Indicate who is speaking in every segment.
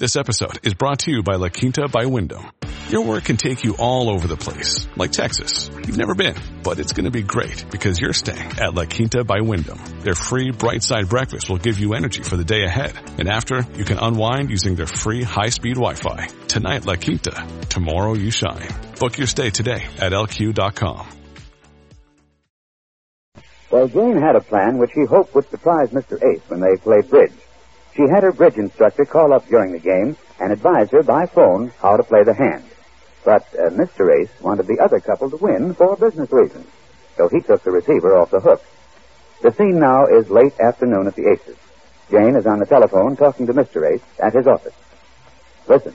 Speaker 1: This episode is brought to you by La Quinta by Wyndham. Your work can take you all over the place, like Texas. You've never been, but it's going to be great because you're staying at La Quinta by Wyndham. Their free bright side breakfast will give you energy for the day ahead. And after, you can unwind using their free high-speed Wi-Fi. Tonight, La Quinta. Tomorrow, you shine. Book your stay today at lq.com.
Speaker 2: Well, Jane had a plan which she hoped would surprise Mr. Ace when they played bridge. She had her bridge instructor call up during the game and advise her by phone how to play the hand. But uh, Mr. Ace wanted the other couple to win for business reasons, so he took the receiver off the hook. The scene now is late afternoon at the Aces. Jane is on the telephone talking to Mr. Ace at his office. Listen.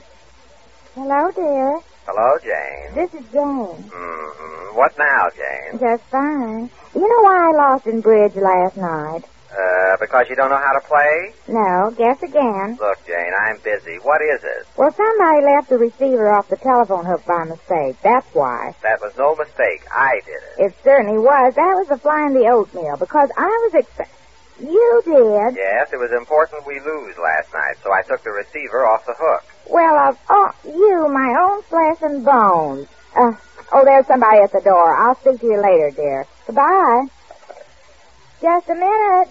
Speaker 3: Hello, dear.
Speaker 4: Hello, Jane.
Speaker 3: This is Jane.
Speaker 4: hmm What now, Jane?
Speaker 3: Just fine. You know why I lost in bridge last night?
Speaker 4: Uh, because you don't know how to play?
Speaker 3: No, guess again.
Speaker 4: Look, Jane, I'm busy. What is it?
Speaker 3: Well, somebody left the receiver off the telephone hook by mistake. That's why.
Speaker 4: That was no mistake. I did it.
Speaker 3: It certainly was. That was the fly in the oatmeal because I was expect. You did.
Speaker 4: Yes, it was important we lose last night, so I took the receiver off the hook.
Speaker 3: Well, of all you, my own flesh and bones. Uh, oh, there's somebody at the door. I'll speak to you later, dear. Goodbye. Just a minute.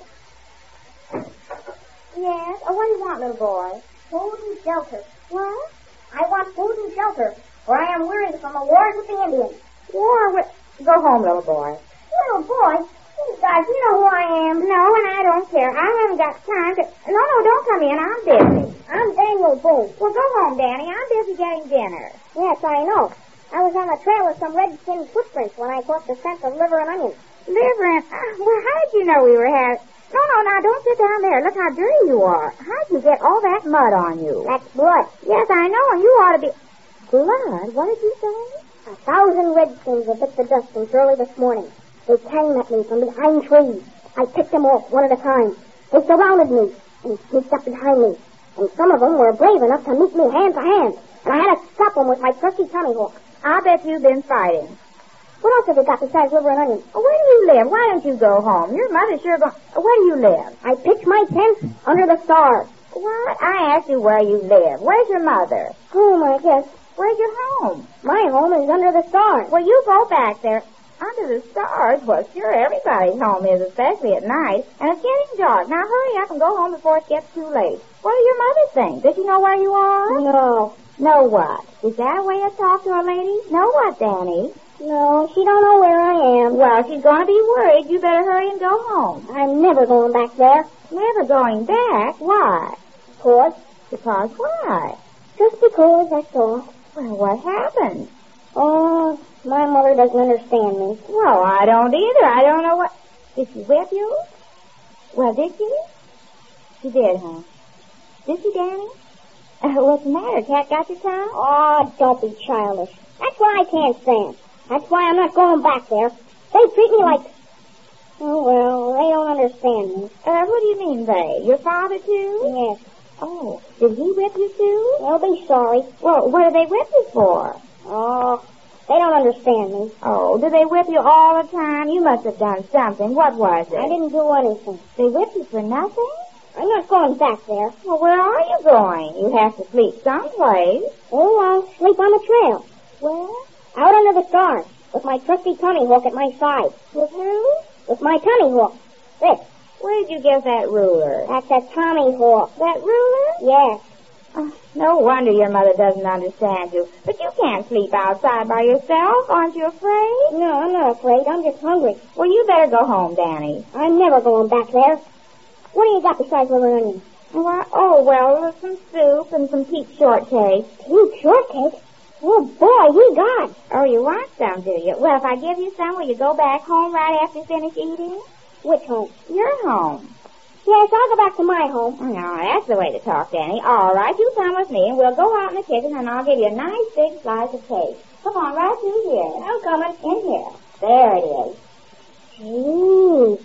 Speaker 3: Yes. Oh, what do you want, little boy? Food and shelter. What? I want food and shelter, for I am weary from the wars with the Indians. War with? Go home, little boy. Little boy. Guys, you know who I am. No, and I don't care. I haven't got time to. No, no, don't come in. I'm busy. I'm Daniel Bull. Well, go home, Danny. I'm busy getting dinner. Yes, I know. I was on the trail with some red-skinned footprints when I caught the scent of liver and onions. Liver and... ah, Well, how did you know we were having... No, no, now don't sit down there. Look how dirty you are. How'd you get all that mud on you? That's blood. Yes, I know, and you ought to be... Blood? What did you say? A thousand redskins have bit the dust since early this morning. They came at me from behind trees. I picked them off one at a time. They surrounded me and sneaked up behind me. And some of them were brave enough to meet me hand to hand. And I had to stop them with my trusty tommy hook. I bet you've been fighting. What else have you got besides liver and onions? Where do you live? Why don't you go home? Your mother's sure going. Where do you live? I pitched my tent under the stars. What? I asked you where you live. Where's your mother? Home, I guess. Where's your home? My home is under the stars. Well, you go back there. Under the stars? Well, sure, everybody's home is, especially at night. And it's getting dark. Now hurry up and go home before it gets too late. What do your mother think? Does she know where you are? No. Know what? Is that a way to talk to a lady? Know what, Danny? No, she don't know where I am. Well, she's going to be worried. You better hurry and go home. I'm never going back there. Never going back? Why? Because. Because why? Just because, that's all. Well, what happened? Oh, my mother doesn't understand me. Well, I don't either. I don't know what... Did she whip you? Well, did she? She did, huh? Did she, Danny? Uh, what's the matter? Cat got your tongue? Oh, don't be childish. That's why I can't stand. That's why I'm not going back there. They treat me like... Oh, well, they don't understand me. Uh, what do you mean they? Your father, too? Yes. Oh, did he whip you, too? They'll be sorry. Well, what do they whip you for? Oh, they don't understand me. Oh, do they whip you all the time? You must have done something. What was it? I didn't do anything. They whip you for nothing? I'm not going back there. Well, where are you going? You have to sleep someplace. Oh, I'll sleep on the trail. Where? Out under the stars, with my trusty tommy hook at my side. With who? With my tommy hook. This. Where'd you get that ruler? That's a Tommy Hawk. That ruler? Yes. Oh, no wonder your mother doesn't understand you. But you can't sleep outside by yourself. Aren't you afraid? No, I'm not afraid. I'm just hungry. Well, you better go home, Danny. I'm never going back there. What do you got besides liver and onions? Why, oh, well, there's some soup and some peach shortcake. Peach shortcake? Well, boy, you got. Oh, you want some, do you? Well, if I give you some, will you go back home right after you finish eating? Which home? Your home. Yes, I'll go back to my home. No, that's the way to talk, Danny. All right, you come with me, and we'll go out in the kitchen, and I'll give you a nice big slice of cake. Come on, right through here. I'm coming. Oh, In here. There it is. Ooh,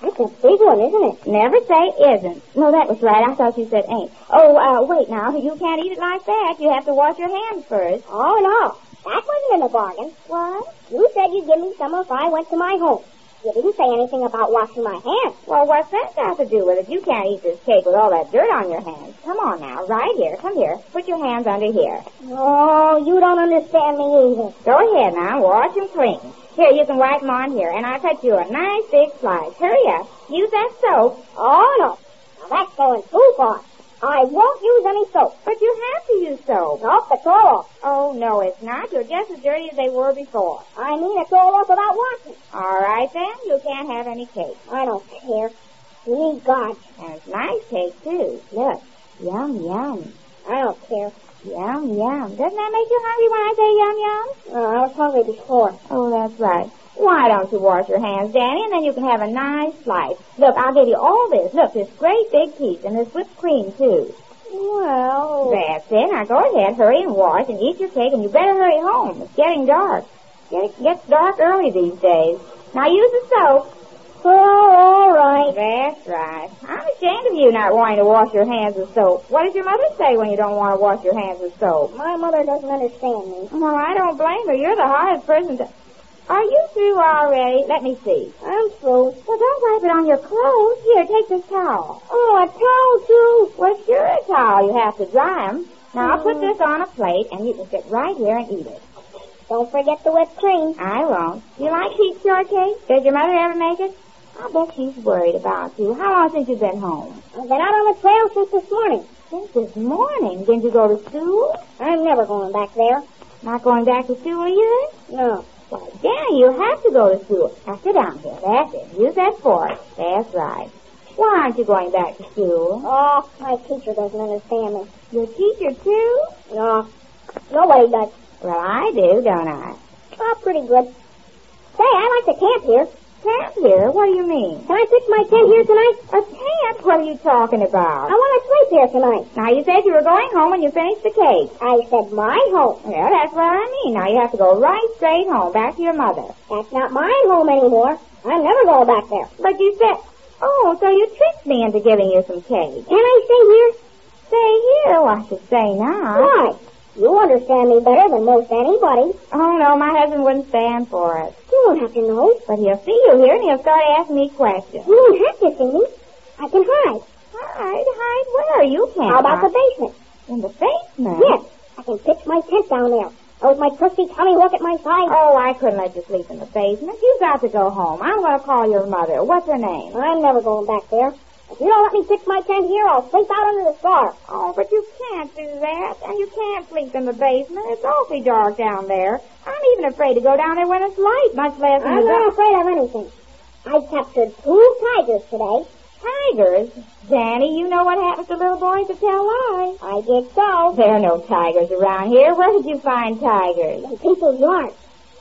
Speaker 3: that's a big one, isn't it? Never say isn't. No, that was right. I thought you said ain't. Oh, uh, wait now. You can't eat it like that. You have to wash your hands first. Oh, no. That wasn't in the bargain. What? You said you'd give me some if I went to my home. You didn't say anything about washing my hands. Well, what's that got to do with it? You can't eat this cake with all that dirt on your hands. Come on now, right here. Come here. Put your hands under here. Oh, you don't understand me either. Go ahead now, wash and clean. Here, you can wipe them on here, and I'll cut you a nice big slice. Hurry up. Use that soap. Oh, no. Now that's going too far. I won't use any soap. But you have to use soap. Nope, it's all off. Oh, no, it's not. You're just as dirty as they were before. I mean, it's all off without washing. All right, then. You can't have any cake. I don't care. Please, God. And it's nice cake, too. Look. Yum, yum. I don't care. Yum, yum. Doesn't that make you hungry when I say yum, yum? Oh, I was hungry before. Oh, that's right. Why don't you wash your hands, Danny, and then you can have a nice slice. Look, I'll give you all this. Look, this great big piece and this whipped cream, too. Well... That's it. Now go ahead, hurry and wash and eat your cake, and you better hurry home. It's getting dark. It gets dark early these days. Now use the soap. Oh, all right. That's right. I'm ashamed of you not wanting to wash your hands with soap. What does your mother say when you don't want to wash your hands with soap? My mother doesn't understand me. Well, I don't blame her. You're the hardest person to... Are you through already? Let me see. I'm through. Well, don't wipe it on your clothes. Here, take this towel. Oh, a towel, too? Mm. Well, sure, a towel. You have to dry 'em. Now, I'll put this on a plate, and you can sit right here and eat it. Don't forget the whipped cream. I won't. You like peach shortcake? Does your mother ever make it? I bet she's worried about you. How long since you've been home? I've been out on the trail since this morning. Since this morning? Didn't you go to school? I'm never going back there. Not going back to school either? No. Why, Danny, you have to go to school. Now sit down here. That's it. Use that fork. That's right. Why aren't you going back to school? Oh, my teacher doesn't understand me. Your teacher, too? No. Nobody does. Well, I do, don't I? Oh, pretty good. Say, I like to camp here. Camp here? What do you mean? Can I pitch my tent here tonight? A tent? What are you talking about? I want to sleep here tonight. Now, you said you were going home when you finished the cake. I said my home. Yeah, that's what I mean. Now, you have to go right straight home, back to your mother. That's not my home anymore. I'm never going back there. But you said... Oh, so you tricked me into giving you some cake. Can I stay here? Stay here? Well, I should say not. Why? You understand me better than most anybody. Oh, no, my husband wouldn't stand for it. You don't have to know. But he'll see you here and he'll start asking me questions. You don't have to see me. I can hide. Hide? Hide where? You can't.
Speaker 5: How about
Speaker 3: hide.
Speaker 5: the basement?
Speaker 3: In the basement?
Speaker 5: Yes, I can pitch my tent down there. Oh, with my trusty Tommy Hawk at my side.
Speaker 3: Oh, I couldn't let you sleep in the basement. You've got to go home. I'm going to call your mother. What's her name?
Speaker 5: I'm never going back there. If you don't let me pitch my tent here, I'll sleep out under the star.
Speaker 3: Oh, but you can't do that. And you can't sleep in the basement. It's awfully dark down there. I'm even afraid to go down there when it's light, much less in
Speaker 5: I'm
Speaker 3: the
Speaker 5: not
Speaker 3: dark.
Speaker 5: afraid of anything. I captured two tigers today.
Speaker 3: Tigers? Danny, you know what happens to little boys that tell lies. I did so. There are no tigers around here. Where did you find tigers?
Speaker 5: In people's yards.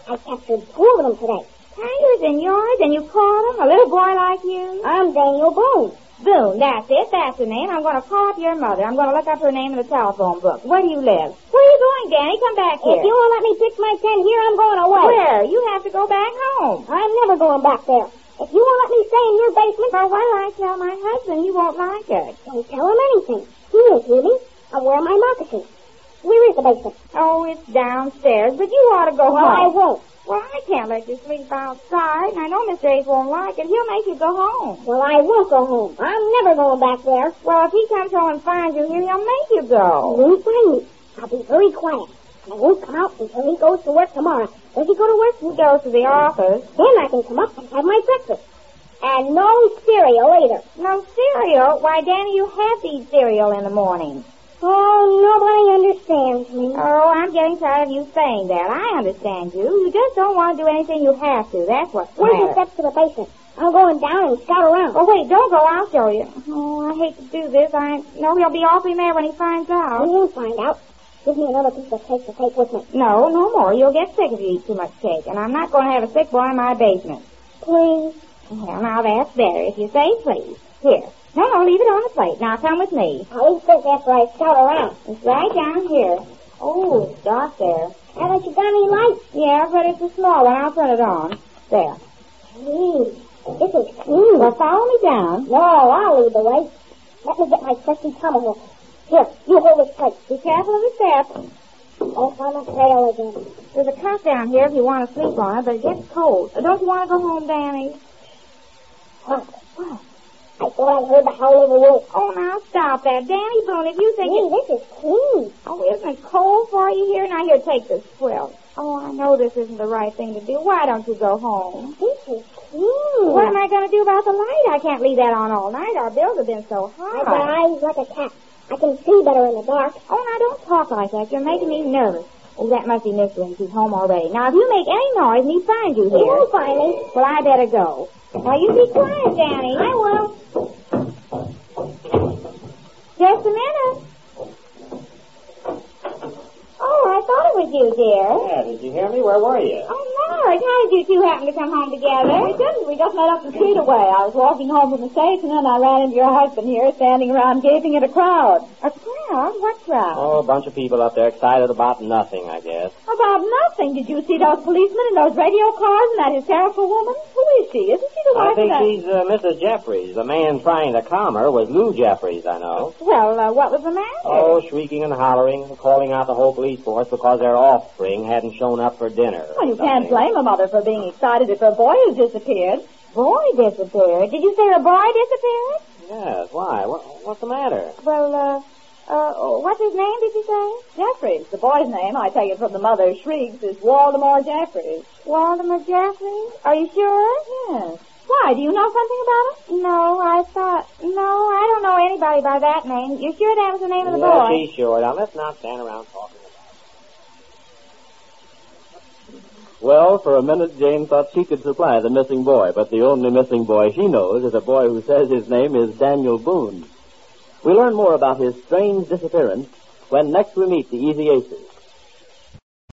Speaker 5: I captured two of them today.
Speaker 3: Tigers in yours, and you call them a little boy like you?
Speaker 5: I'm Daniel Boone.
Speaker 3: Boone, that's it. That's the name. I'm going to call up your mother. I'm going to look up her name in the telephone book. Where do you live? Where are you going, Danny? Come back here.
Speaker 5: If you won't let me pitch my tent here, I'm going away.
Speaker 3: Where? You have to go back home.
Speaker 5: I'm never going back there. If you won't let me stay in your basement,
Speaker 3: But what I tell my husband, he won't like it.
Speaker 5: don't tell him anything. He won't hear me. I'll wear my moccasins. Where is the basement?
Speaker 3: Oh, it's downstairs, but you ought to go
Speaker 5: Well, I
Speaker 3: home.
Speaker 5: won't.
Speaker 3: Well, I can't let you sleep outside, and I know Mr. Ace won't like it. He'll make you go home.
Speaker 5: Well, I won't go home. I'm never going back there.
Speaker 3: Well, if he comes home and finds you here, he'll make you
Speaker 5: He
Speaker 3: go.
Speaker 5: won't find me. I'll be very quiet. I won't come out until he goes to work tomorrow. Does he go to work?
Speaker 3: He goes to the office.
Speaker 5: Then I can come up and have my breakfast. And no cereal either.
Speaker 3: No cereal? Why, Danny, you have to eat cereal in the morning.
Speaker 5: Oh, nobody understands me.
Speaker 3: Oh, I'm getting tired of you saying that. I understand you. You just don't want to do anything you have to. That's what's the
Speaker 5: Where's the
Speaker 3: matter.
Speaker 5: steps to the basement? I'm going down and scout around.
Speaker 3: Oh, wait, don't go. I'll show you. Oh, I hate to do this. I know he'll be awfully mad when he finds
Speaker 5: I
Speaker 3: out.
Speaker 5: will find out. Give me another piece of cake to take with me.
Speaker 3: No, no more. You'll get sick if you eat too much cake, and I'm not going to have a sick boy in my basement.
Speaker 5: Please.
Speaker 3: Well, now that's better. If you say please. Here. No, no, leave it on the plate. Now come with me.
Speaker 5: I'll eat this after I scout around.
Speaker 3: It's right down here. Oh, it's dark there.
Speaker 5: Haven't you got any light?
Speaker 3: Yeah, but it's a small one. I'll turn it on. There.
Speaker 5: Gee, this is clean.
Speaker 3: Well, follow me down.
Speaker 5: no, I'll lead the way. Let me get my trusty tomahawk. Here, you hold this plate.
Speaker 3: Be careful of the steps.
Speaker 5: Oh, I'm a fail again.
Speaker 3: There's a cot down here if you want to sleep on it, but it gets cold. Uh, Don't you want to go home, Danny?
Speaker 5: Huh. I thought I heard the howl of a wolf.
Speaker 3: Oh, now stop that. Danny Boone, if you think
Speaker 5: Gee,
Speaker 3: it...
Speaker 5: this is clean.
Speaker 3: Oh, isn't it cold for you here? Now here, take this quilt. Oh, I know this isn't the right thing to do. Why don't you go home?
Speaker 5: This is clean.
Speaker 3: What am I going to do about the light? I can't leave that on all night. Our bills have been so
Speaker 5: I've
Speaker 3: high.
Speaker 5: got eyes like a cat. I can see better in the dark.
Speaker 3: Oh, now don't talk like that. You're making me nervous. Oh, that must be Miss Lynn. She's home already. Now, if you make any noise, me find you
Speaker 5: You
Speaker 3: here.
Speaker 5: won't find me.
Speaker 3: Well, I better go. Now, you be quiet, Danny. I will. Just a minute. Oh, I thought it was you, dear.
Speaker 6: Yeah, did you hear me? Where were you?
Speaker 3: Oh, Marge, how did you two happen to come home together? We didn't. We just met up the street away. I was walking home from the station, and I ran into your husband here, standing around gaping at a crowd. A crowd? What crowd?
Speaker 6: Oh, a bunch of people up there excited about nothing, I guess.
Speaker 3: About nothing. Did you see those policemen and those radio cars and that hysterical woman? Who is she? Isn't she the
Speaker 6: I
Speaker 3: wife
Speaker 6: think
Speaker 3: of that?
Speaker 6: she's uh, Mrs. Jeffries. The man trying to calm her was Lou Jeffries, I know.
Speaker 3: Well, uh, what was the matter?
Speaker 6: Oh, shrieking and hollering and calling out the whole police force because their offspring hadn't shown up for dinner. or
Speaker 3: well, you can't
Speaker 6: something.
Speaker 3: blame a mother for being excited if her boy has disappeared. Boy disappeared? Did you say her boy disappeared?
Speaker 6: Yes, why? What, what's the matter?
Speaker 3: Well, uh, uh, what's his name, did you say? Jeffries. The boy's name, I take it from the mother's shrieks, is Waldemar Jeffries. Waldemar Jeffries? Are you sure? Yes. Why, do you know something about him? No, I thought... No, I don't know anybody by that name. You're sure that was the name of the
Speaker 6: yeah,
Speaker 3: boy?
Speaker 6: she's sure. Now, let's not stand around talking about it. Well, for a minute, Jane thought she could supply the missing boy, but the only missing boy she knows is a boy who says his name is Daniel Boone. We learn more about his strange disappearance when next we meet the Easy Aces.